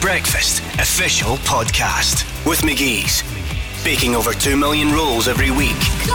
Breakfast Official Podcast with McGee's. Baking over 2 million rolls every week. Well,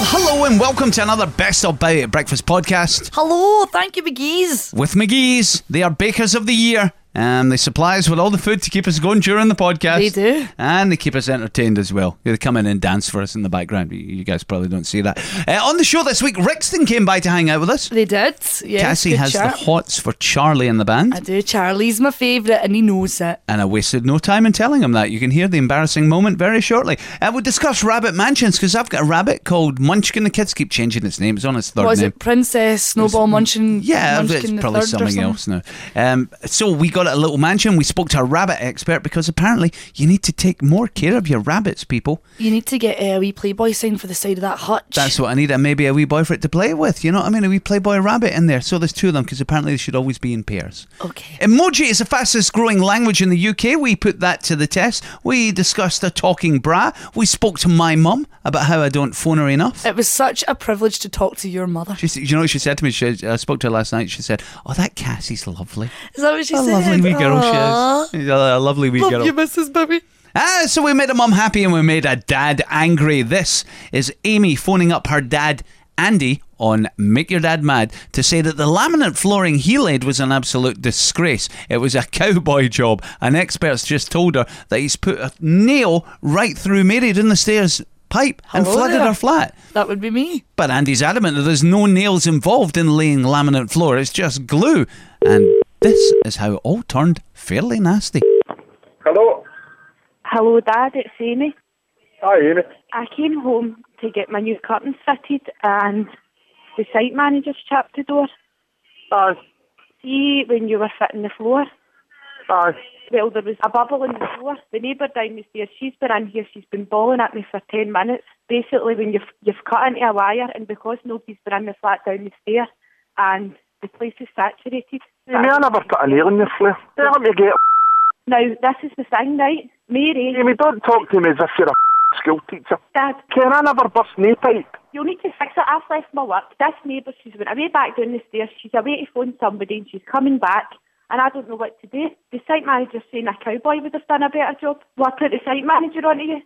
hello and welcome to another Best of Bite at Breakfast podcast Hello, thank you, McGee's. with McGee's. They are Bakers of the Year. and they supply us with all the food to keep us going during the podcast. They do. And they keep us entertained as well. They come in and dance for us in the background. You- You guys probably don't see that. Uh, on the show this week, Rixton came by to hang out with us. They did. Yes, Cassie good has chat. the hots for Charlie and the band. I do. Charlie's my favourite, and he knows it. And I wasted no time in telling him that. You can hear the embarrassing moment very shortly. And we'll discuss rabbit mansions because I've got a rabbit called Munchkin. The kids keep changing its name. It's on its third What is name. it? Princess Snowball Munchkin. Yeah, Munchkin it's the probably Third or something, else now. Um, so we got a little mansion. We spoke to a rabbit expert because apparently you need to take more care of your rabbits, people. You need to get a wee Playboy sign for the side of that hutch. That's what I need. And maybe a wee boy for it to play with. You know what I mean? A wee playboy rabbit in there. So there's two of them because apparently they should always be in pairs. okay. Emoji is the fastest growing language in the UK. We put that to the test. We discussed a talking bra. We spoke to my mum about how I don't phone her enough. It was such a privilege to talk to your mother. She, s- you know what she said to me? She, I spoke to her last night. She said, Oh, that Cassie's lovely. Is that what she A said? lovely wee girl Aw. she is. A lovely wee Love girl. you, Mrs. Baby. Ah, so we made a mum happy and we made a dad angry. This is Amy phoning up her dad, Andy, on Make Your Dad Mad to say that the laminate flooring he laid was an absolute disgrace. It was a cowboy job, and experts just told her that he's put a nail right through Mary down the stairs pipe and Hello flooded there. her flat. That would be me. But Andy's adamant that there's no nails involved in laying laminate floor, it's just glue. And this is how it all turned fairly nasty. Hello. Hello, Dad. It's Amy. Hi, Amy. I came home to get my new curtains fitted, and the site manager's chapped the door. Hi. See, when you were fitting the floor, Hi. well, there was a bubble in the floor. The neighbour down the stairs, she's been in here. She's been bawling at me for ten minutes. Basically, when you've you've cut into a wire, and because nobody's been in the flat down the stair, and the place is saturated. Amy, I never put a nail in your floor. Hey, Let me get Now, this is the thing, right? Mary, Amy, don't talk to me as if you're a school teacher. Dad, Can I never bust knee pipe? You'll need to fix it. I've left my work. This neighbour, she's went away back down the stairs. She's away to phone somebody and she's coming back. And I don't know what to do. The site manager's saying a cowboy would have done a better job. Well, I put the site manager onto you.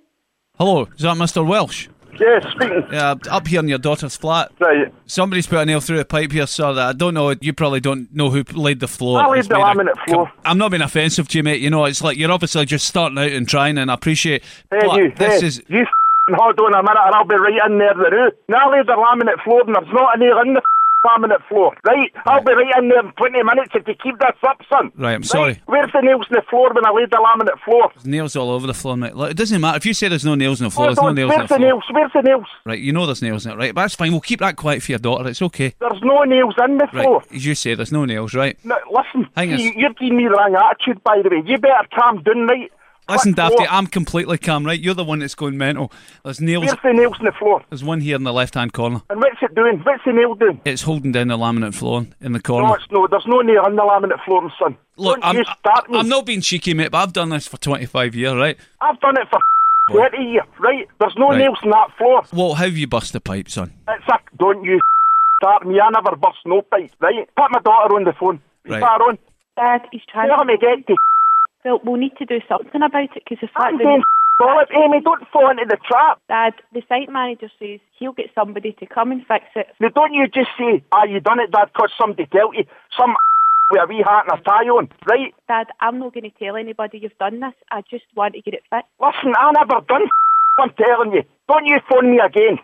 Hello, is that Mr. Welsh? Yeah, speaking. Yeah, up here in your daughter's flat. Right. Somebody's put a nail through a pipe here, sir. That I don't know. You probably don't know who laid the floor. I laid It's the made a- laminate floor. I'm not being offensive to you, mate. You know, it's like you're obviously just starting out and trying, and I appreciate. Hey, but you. this hey, is You f***ing hold on a minute and I'll be right in there the roo. Now I laid the laminate floor and there's not a nail in the f***ing laminate floor. Right? I'll be right in there in 20 minutes if you keep this up, son. Right, I'm sorry. Where's the nails in the floor when I laid the laminate floor? nails all over the floor, mate. Look, it doesn't matter if you say there's no nails in the floor. Hold there's no on, nails in the Where's Oh, the floor. nails? Where's the nails? Right, you know there's nails in it, right? But that's fine. We'll keep that quiet for your daughter. It's okay. There's no nails in the Right, floor. as you say, there's no nails, right? No, listen, Hang on. you, you're giving me the wrong attitude, by the way. You better calm down, mate. Listen, Click Dafty, floor. I'm completely calm, right? You're the one that's going mental. There's nails. Where's the nails in the floor? There's one here in the left-hand corner. And what's it doing? What's the nail doing? It's holding down the laminate floor in the corner. No, it's no. There's no nail on the laminate floor, son. Look, Don't I'm, you start me. I'm not being cheeky, mate, but I've done this for 25 years, right? I've done it for Boy. 20 years, right? There's no Right. nails in that floor. Well, how have you bust the pipe, son? It's a... Don't you start me. I never burst no pipe, right? Put my daughter on the phone. Right. Far on. Dad, he's trying Tell me to. get to... Well, we'll need to do something about it because the fact I'm that. doing all it. Amy, don't fall into the trap. Dad, the site manager says he'll get somebody to come and fix it. Now, don't you just say, ah, you done it, Dad, 'cause somebody dealt you. Some with a wee hat and a tie on, right? Dad, I'm not going to tell anybody you've done this. I just want to get it fixed. Listen, I never done I'm telling you. Don't you phone me again.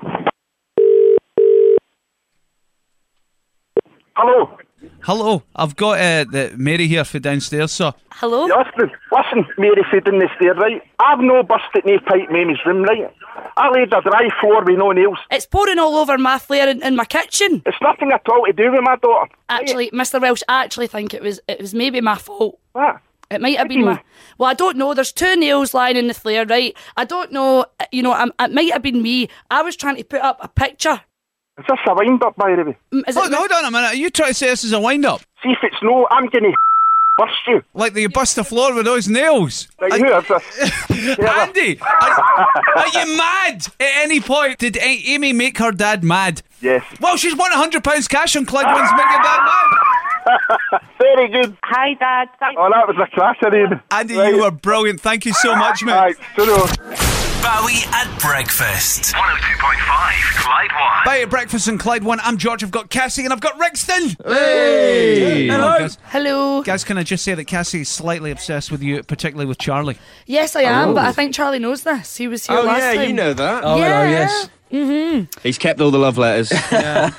Hello? Hello, I've got uh, the Mary here for downstairs, sir. Hello. You Listen, listen, Mary said in the stair, right? I've no busted no pipe in Amy's room, right? I laid a dry floor with no nails. It's pouring all over my flare in, in my kitchen. It's nothing at all to do with my daughter. Actually, Mr. Welsh, I actually think it was it was maybe my fault. What? It might have do been you my. mean? Well, I don't know. There's two nails lying in the flare, right? I don't know. uh, You know, um, it might have been me. I was trying to put up a picture. Is this a wind-up, by the way? Mm, Is Hold, it hold on a minute. Are you trying to say this is a wind-up? See if it's no, I'm going to burst you. Like that you bust the floor with those nails? Right, Are- who is this? Yeah. Andy, are, are you mad? At any point, did A- Amy make her dad mad? Yes. Well, she's won £100 cash on Clyde One's Make Your Dad Mad. Very good. Hi, Dad. Thank Oh, that was a crasher, Ian. Andy, Right. you were brilliant. Thank you so much, mate. Right, toodles. Bowie at breakfast. 102.5 Clyde One. Bye at breakfast in Clyde One. I'm George. I've got Cassie, and I've got Rixton. Hello, guys. Hello. Guys, can I just say that Cassie is slightly obsessed with you, particularly with Charlie? Yes, I am, but I think Charlie knows this. He was here Oh, last yeah, time. you know that. Yeah. He's kept all the love letters.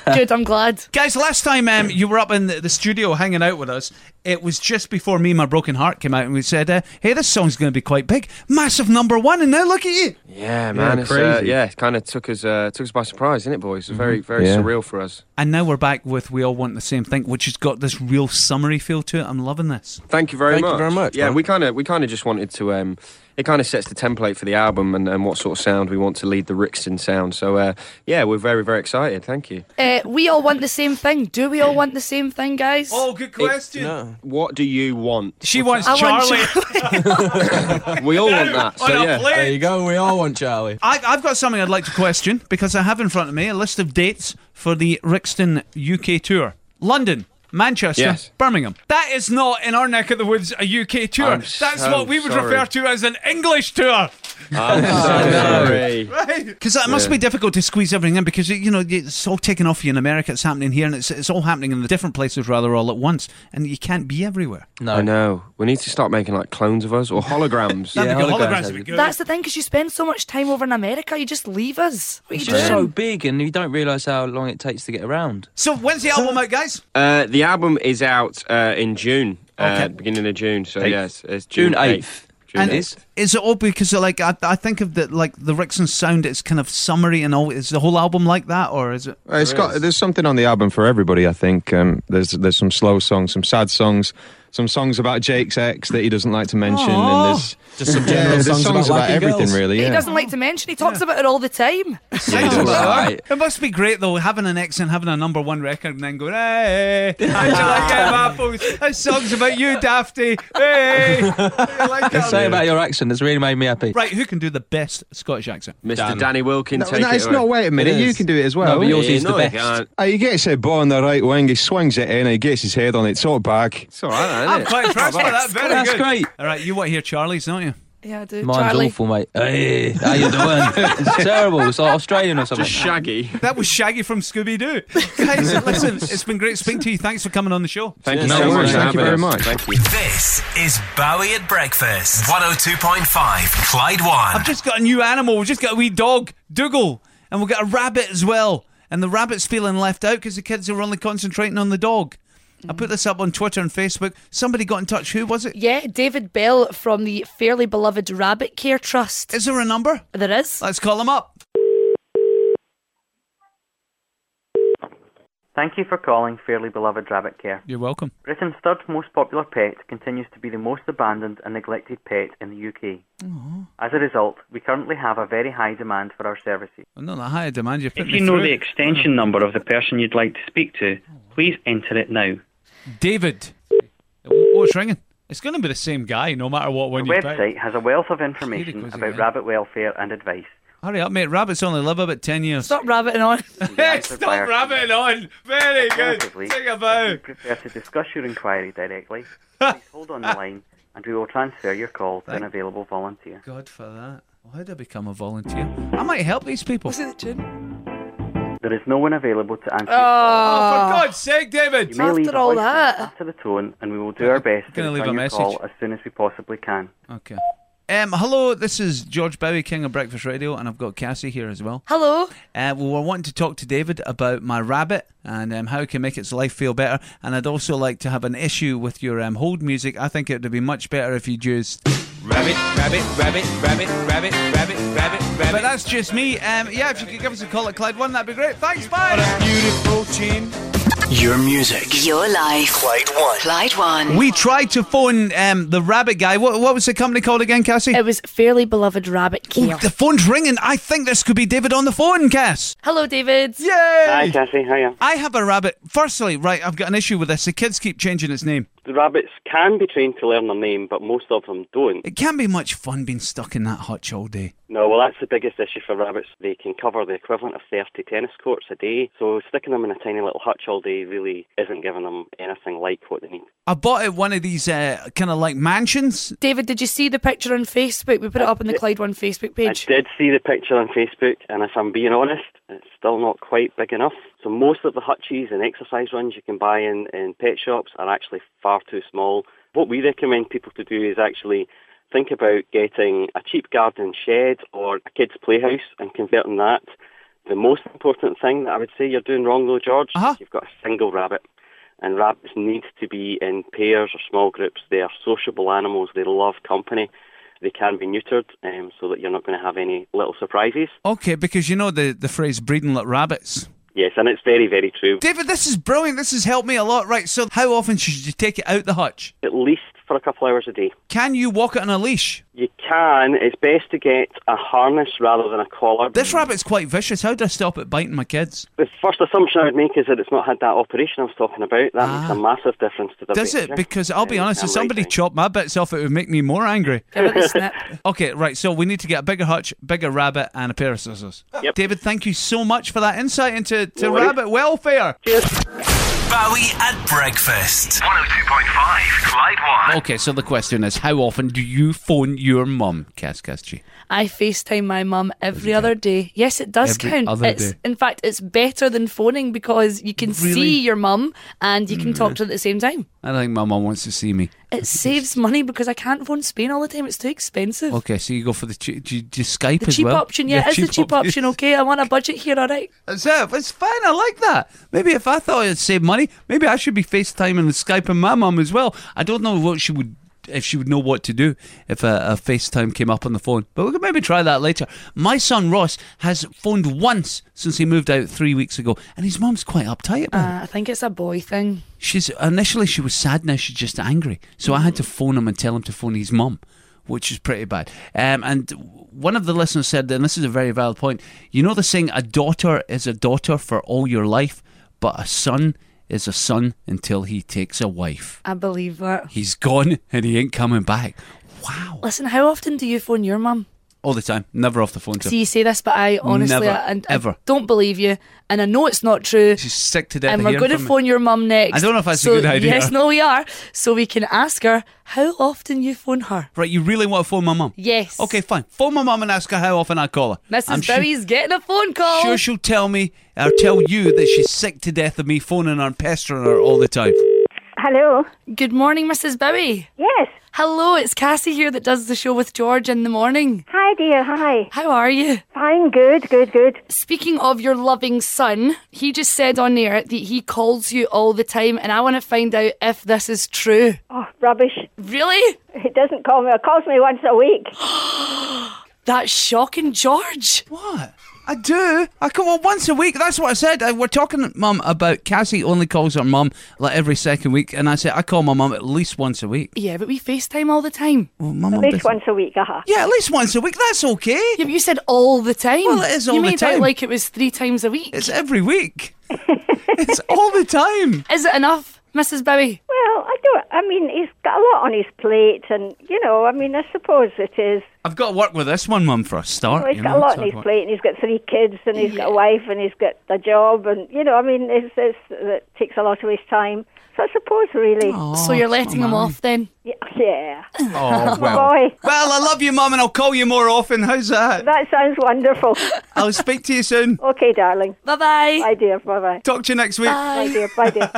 Good, I'm glad. Guys, last time um, you were up in the, the studio hanging out with us, it was just before Me and My Broken Heart came out, and we said, uh, hey, this song's going to be quite big. Massive number one, and now look at you. yeah, man. it's, uh, crazy. yeah, it kind of took us uh, took us by surprise, didn't it, boys? It was very, very surreal for us. And now we're back with We All Want the Same Thing, which has got this real summery feel to it. I'm loving this. Thank you very Thank you much. very much, Yeah, man. we kind of we kind of just wanted to. Um, it kind of sets the template for the album and, and what sort of sound we want to lead the Rixton sound. So uh, yeah, we're very, very excited. Thank you. Uh, we all want the same thing. Do we all want the same thing, guys? good question. What do you want? She wants I want Charlie. We all want that. So yeah. There you go. We all want Charlie. I've, I've got something I'd like to question because I have in front of me a list of dates for the Rixton UK tour. London, Manchester, Yes. Birmingham. That is not in our neck of the woods a UK tour. I'm That's so what we would sorry. refer to as an English tour. I'm so sorry. Because it must be difficult to squeeze everything in because, you know, it's all taken off you in America, it's happening here, and it's, it's all happening in the different places rather all at once, and you can't be everywhere. I know. We need to start making like clones of us or holograms. That'd be Yeah, good. holograms Holograms would would be be good. That's the thing, because you spend so much time over in America, you just leave us. What are you It's just doing? so big, and you don't realise how long it takes to get around. So, when's the album out, guys? Uh, the album is out uh, in June, Okay. uh, beginning of June. So yes, it's June June eighth. 8th. And It is. Is it all because of, like I, I think of the like the Rixon sound? It's kind of summery and all. Is the whole album like that, or is it? It's got there's something on the album for everybody. I think um, there's there's some slow songs, some sad songs, some songs about Jake's ex that he doesn't like to mention, Aw. and there's Just some yeah, general there's songs, about, liking everything girls. really. He Yeah. doesn't like to mention. He talks about it all the time. Sounds does. like that. Right. It must be great though, having an ex and having a number one record, and then going, "Hey, how'd you like them apples? That song's about you, Dafty. Hey, you like that?" Say about your accent. It's really made me happy. Right, who can do the best Scottish accent? Mr. Dan. Danny Wilkin, No, take no, it it's away. not. Wait a minute, It you is. can do it as well. No, but yours is the no, he best. can't. Uh, he gets a ball on the right wing, he swings it in, he gets his head on it, sort of back. It's all right, that, isn't I'm it? quite impressed with that. Very That's good. great. All right, you want to hear Charlie's, don't you? Yeah, I do. Mine's Charlie. awful, mate. Hey, how you doing? it's terrible. It's like Australian or something. Just shaggy. That was Shaggy from Scooby Doo. Guys, listen, it's been great speaking to you. Thanks for coming on the show. Thank you No so worries, much. for thank you having very us. much. Thank you. This is Bowie at breakfast. 102.5 Clyde One. I've just got a new animal. We've just got a wee dog, Dougal, and we've got a rabbit as well. And the rabbit's feeling left out because the kids are only concentrating on the dog. I put this up on Twitter and Facebook. Somebody got in touch. Who was it? Yeah, David Bell from the Fairly Beloved Rabbit Care Trust. Is there a number? There is. Let's call them up. Thank you for calling Fairly Beloved Rabbit Care. You're welcome. Britain's third most popular pet continues to be the most abandoned and neglected pet in the UK. As a result, we currently have a very high demand for our services. I'm not that high a demand. You put If me you know through. the Mm. extension number of the person you'd like to speak to, please enter it now. David. W- What's ringing? It's going to be the same guy, no matter what one The you website has a wealth of Here it information goes about again. rabbit welfare and advice. pick. Hurry up, mate. Rabbits only live about 10 years. Stop rabbiting on. Hey, Answered by our stop rabbiting on. Very good. Alternatively, Take a If bow. you prefer to discuss your inquiry directly, please hold on the line and we will transfer your call to an available volunteer. God for that. Well, How did I become a volunteer? I might help these people. Was it the tune? There is no one available to answer your call. Oh, Oh, for God's sake, David! You may After leave a all voicemail that. after the tone, and we will do our best to Gonna leave return a your call message. as soon as we possibly can. Okay. Um, hello, this is George Bowie, King of Breakfast Radio, and I've got Cassie here as well. Hello. Uh, well, we're wanting to talk to David about my rabbit and um, how it can make its life feel better. And I'd also like to have an issue with your um, hold music. I think it would be much better if you used. Rabbit, rabbit, rabbit, rabbit, rabbit, rabbit, rabbit, rabbit. But that's just me. Um, yeah, if you could give us a call at Clyde One, that'd be great. Thanks, bye. beautiful chin. Your music. Your life. Clyde One. Clyde One. We tried to phone um, the rabbit guy. What, what was the company called again, Cassie? It was Fairly Beloved Rabbit Care. The phone's ringing. I think this could be David on the phone, Cass. Hello, David. Yay! Hi, Cassie. Hiya. I have a rabbit. Firstly, right, I've got an issue with this. The kids keep changing its name. The rabbits can be trained to learn their name, but most of them don't. It can't be much fun being stuck in that hutch all day. No, well, that's the biggest issue for rabbits. They can cover the equivalent of 30 tennis courts a day, so sticking them in a tiny little hutch all day really isn't giving them anything like what they need. I bought it one of these uh, kind of like mansions. David, did you see the picture on Facebook? We put it up on the Clyde One Facebook page. I did see the picture on Facebook, and if I'm being honest, it's still not quite big enough. So most of the hutches and exercise runs you can buy in, in pet shops are actually far too small. What we recommend people to do is actually think about getting a cheap garden shed or a kid's playhouse and converting that. The most important thing that I would say you're doing wrong though, George, Uh-huh. is you've got a single rabbit. And rabbits need to be in pairs or small groups. They are sociable animals. They love company. They can be neutered um, so that you're not going to have any little surprises. Okay, because you know the, the phrase breeding like rabbits. Yes, and it's very, very true. David, this is brilliant. This has helped me a lot. Right, so how often should you take it out the hutch? At least for a couple hours a day. Can you walk it on a leash? You can. It's best to get a harness rather than a collar. This rabbit's quite vicious. How do I stop it biting my kids? The first assumption I would make is that it's not had that operation I was talking about. That makes a massive difference to Ah. the Um, Does it? behaviour. Because I'll be honest, if I'm somebody chopped my bits off, it would make me more angry. Give it a snip. okay, right. So we need to get a bigger hutch, bigger rabbit, and a pair of scissors. David, thank you so much for that insight into to No worries. rabbit welfare. Bowie at breakfast. 102.5 Clyde One. Okay, so the question is, how often do you phone your mum, Cass Caschi? I FaceTime my mum every other day. Yes, it does Every count. other it's, day. In fact, it's better than phoning because you can Really? Mm. see your mum and you can talk to her at the same time. I don't think my mum wants to see me. It saves money because I can't phone Spain all the time. It's too expensive. Okay, so you go for the che- do you, do you Skype The as cheap well? option, yeah, it's the cheap option. Okay, I want a budget here, all right. That's it. It's fine. I like that. Maybe if I thought I'd save money, maybe I should be FaceTiming and Skyping my mum as well. I don't know what she would if she would know what to do if a, a FaceTime came up on the phone. But we could maybe try that later. My son Ross has phoned once since he moved out three weeks ago, and his mum's quite uptight about it. Uh, I think it's a boy thing. She's initially she was sad, now she's just angry. So I had to phone him and tell him to phone his mum, which is pretty bad. Um, and one of the listeners said, and this is a very valid point. You know the saying, a daughter is a daughter for all your life, but a son is a son until he takes a wife. I believe that. He's gone and he ain't coming back Listen, how often do you phone your mum? all the time. Never off the phone. to See, you say this, but I honestly, Never, I, and ever. I don't believe you, and I know it's not true. She's sick to death. and of we're hearing going to from me. phone your mum next. I don't know if that's a so, good idea. Yes, no, we are. So we can ask her how often you phone her. Right, you really want to phone my mum? Yes. Okay, fine. Phone my mum and ask her how often I call her. Mrs. I'm Bowie's getting a phone call. sure she'll tell me or tell you that she's sick to death of me phoning her and pestering her all the time. Hello. Good morning, Mrs. Bowie. Yes. Hello, it's Cassie here that does the show with George in the morning. Hi, dear. Hi. How are you? Fine, good, good, good. Speaking of your loving son, he just said on air that he calls you all the time, and I want to find out if this is true. Oh, rubbish. Really? He doesn't call me. He calls me once a week. Oh, That's shocking, George. What? I do. I call well, once a week. That's what I said. I, we're talking, mum, about Cassie only calls her mum like every second week, and I said I call my mum at least once a week. Yeah, but we FaceTime all the time. Well, mum, At I'm least busy. once a week, uh-huh. Yeah, at least once a week. That's okay. Yeah, but you said all the time. Well, it is all you the made out time. like it was three times a week. It's every week. it's all the time. Is it enough, Mrs. Bowie? Well, I don't. I mean, he's got a lot on his plate, and you know, I mean, I suppose it is. I've got to work with this one, mum, for a start. You know, he's you got know, a lot so on I've his got- plate, and he's got three kids, and he's got a wife, and he's got a job, and you know, I mean, it's, it's it takes a lot of his time. So I suppose, really. so you're letting him off then? Yeah. yeah. Oh, well. Boy, Well, I love you, mum, and I'll call you more often. How's that? that sounds wonderful. I'll speak to you soon. Okay, darling. Bye bye. Bye, dear. Bye bye. Talk to you next week. Bye, dear. Bye, dear.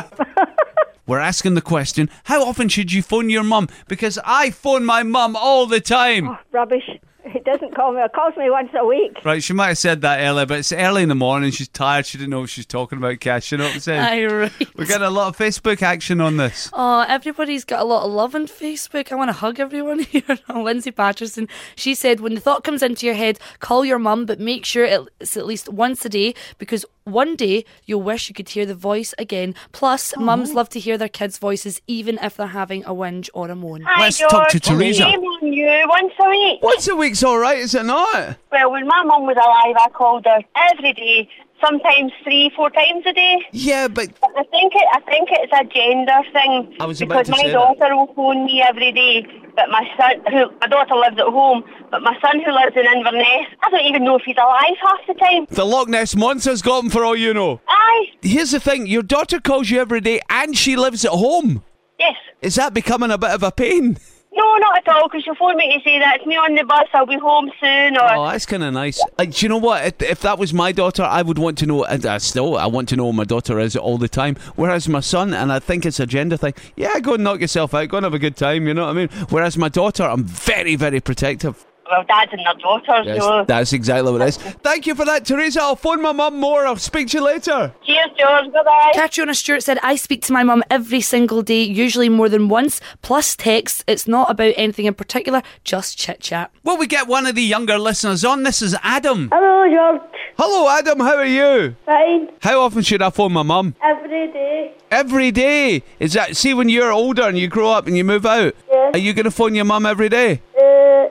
We're asking the question how often should you phone your mum? Because I phone my mum all the Oh. time. Rubbish. He doesn't call me. He calls me once a week. Right, she might have said that earlier, but it's early in the morning. She's tired. She didn't know what she's talking about, Cash. You know what I'm saying? Aye, right. We're getting a lot of Facebook action on this. Oh, everybody's got a lot of love on Facebook. I want to hug everyone here. Lindsay Patterson, she said, when the thought comes into your head, call your mum, but make sure it's at least once a day because one day you'll wish you could hear the voice again. Plus, mums love to hear their kids' voices even if they're having a whinge or a moan. Hi, Let's talk to George. Teresa. Shame on you. Once a week. Once a week's all right, is it not? Well, when my mum was alive, I called her every day sometimes three, four times a day. Yeah, but I think it, I think it's a gender thing. I was because about to my say that. daughter will phone me every day, but my son, who my daughter lives at home, but my son who lives in Inverness, I don't even know if he's alive half the time. The Loch Ness monster's got him for all you know. Aye. Here's the thing: your daughter calls you every day, and she lives at home. Yes. Is that becoming a bit of a pain? No, not at all, because she'll phone me to say that it's me on the bus. I'll be home soon, or Oh, that's kind of nice. Uh, do you know what? If, if that was my daughter, I would want to know. And I still, I want to know where my daughter is all the time. Whereas my son, and I think it's a gender thing. Yeah, go and knock yourself out. Go and have a good time. You know what I mean? Whereas my daughter, I'm very, very protective. well, dads and their daughters. Yes, So. that's exactly what it is. Thank you for that, Teresa. I'll phone my mum more. I'll speak to you later. Cheers, George. Bye bye. Catriona Stewart said, I speak to my mum every single day, usually more than once, plus text. It's not about anything in particular, just chit chat. Well, we get one of the younger listeners on. This is Uh, Adam. Hello, George. Hello, Adam. How are you? Fine. How often should I phone my mum? Every day. Every day. Is that see when you're older and you grow up and you move out? Yeah. Are you going to phone your mum every day? Uh,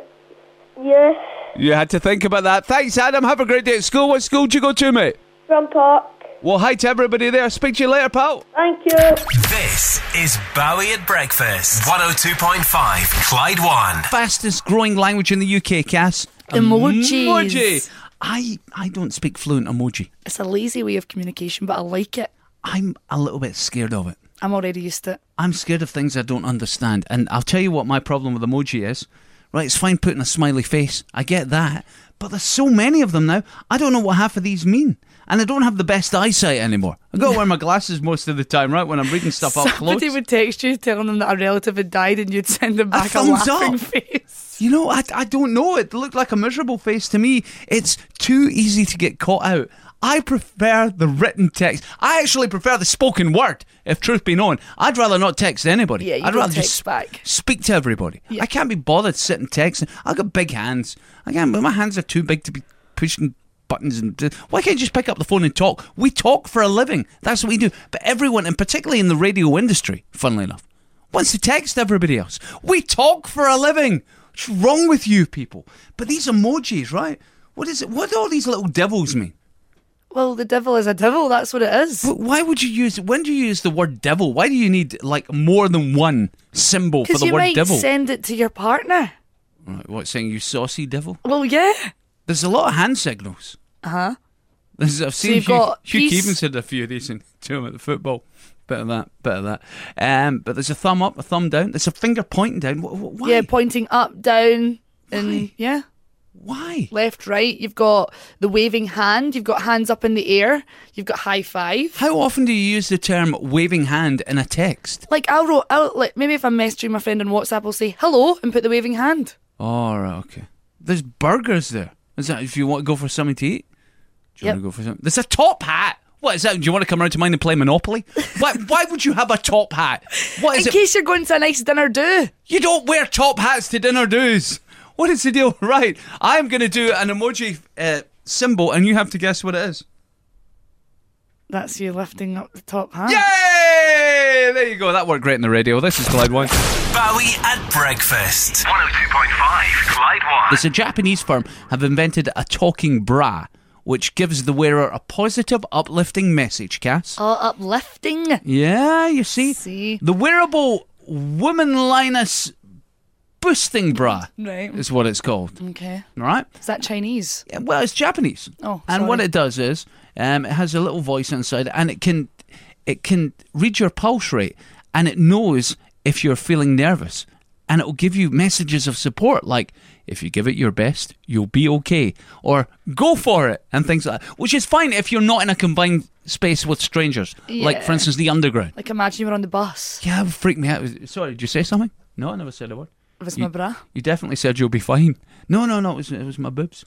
yes. You had to think about that. Thanks, Adam. Have a great day at school. What school do you go to, mate? Grandpa. Well, hi to everybody there. Speak to you later, pal. Thank you. This is Bowie at Breakfast. 102.5 Clyde One. Fastest growing language in the UK, Cass. Emojis. Emoji. I I don't speak fluent emoji. It's a lazy way of communication, but I like it. I'm a little bit scared of it. I'm already used to it. I'm scared of things I don't understand. And I'll tell you what my problem with emoji is. Right, it's fine putting a smiley face. I get that. But there's so many of them now. I don't know what half of these mean. And I don't have the best eyesight anymore. i got to wear my glasses most of the time, right, when I'm reading stuff up close. Somebody would text you telling them that a relative had died and you'd send them back a, thumbs laughing up. face. You know, I, I don't know. It looked like a miserable face to me. It's too easy to get caught out. I prefer the written text. I actually prefer the spoken word, if truth be known. I'd rather not text anybody. Yeah, you I'd don't rather text just back. speak to everybody. I can't be bothered sitting texting. I've got big hands. I can't, my hands are too big to be pushing buttons and why can't you just pick up the phone and talk? We talk for a living. That's what we do. But everyone, and particularly in the radio industry, funnily enough, wants to text everybody else. We talk for a living. What's wrong with you people? But these emojis, right? What is it? What do all these little devils mean? Well, the devil is a devil. That's what it is. But why would you use? When do you use the word devil? Why do you need like more than one symbol for Because the you word might devil? send it to your partner. Right, what saying you saucy devil? Well, yeah. There's a lot of hand signals. Uh huh. There's- I've seen you've Hugh, got Hugh peace. Keevan said a few of these in to him at the football. Bit of that, bit of that. Um, but there's a thumb up, a thumb down. There's a finger pointing down. Wh- wh- Why? Yeah, pointing up, down, and yeah. Why? Left, right. You've got the waving hand. You've got hands up in the air. You've got high five. How often do you use the term waving hand in a text? Like I'll wrote out like maybe if I'm messaging my friend on WhatsApp, I'll say hello and put the waving hand. Oh, right, okay. There's burgers there. Is that if you want to go for something to eat? Do you Yep. want to go for something? There's a top hat. What is that? Do you want to come around to mine and play Monopoly? why, why would you have a top hat? What is In it? case you're going to a nice dinner do. You don't wear top hats to dinner do's. What is the deal? Right, I'm going to do an emoji uh, symbol, and you have to guess what it is. That's you lifting up the top hand. Yay! There you go. That worked great in the radio. This is Clyde One. Bowie at Breakfast. 102.5 Clyde One. There's a Japanese firm have invented a talking bra, which gives the wearer a positive, uplifting message. Cass. Oh, uplifting. Yeah, you see? The wearable woman linus boosting bra Right. is what it's called. Okay. All right? Is that Chinese? Yeah, Well, it's Japanese. Oh, and what sorry. it does is um, it has a little voice inside and it can it can read your pulse rate and it knows if you're feeling nervous and it will give you messages of support like if you give it your best you'll be okay or go for it and things like that which is fine if you're not in a combined space with strangers like for Yeah. instance the underground Like imagine you were on the bus yeah, it would freak me out. Sorry, did you say something? No, I never said a word. with You- my bra. You definitely said you'll be fine. No, no, no. It was it was my boobs.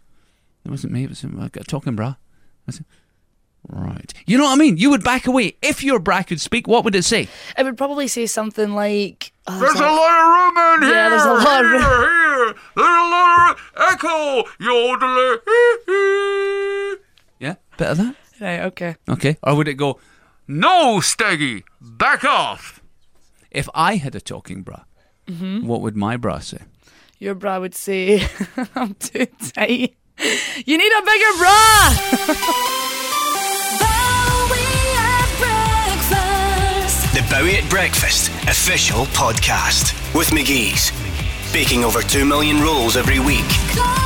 It wasn't me. It was I got a talking bra. I said, right. You know what I mean? You would back away if your bra could speak. What would it say? It would probably say something like oh, There's a lot of room in Yeah, there's a here, lot of room. There's a lot of echo yodeling. Yeah, bit of that. Right, okay. Okay. Or would it go? No, Steggy, back off. If I had a talking bra, hmm what would my bra say? Your bra would say I'm too tight. You need a bigger bra. Bowie at Breakfast official podcast with McGee's. Baking over 2 million rolls every week.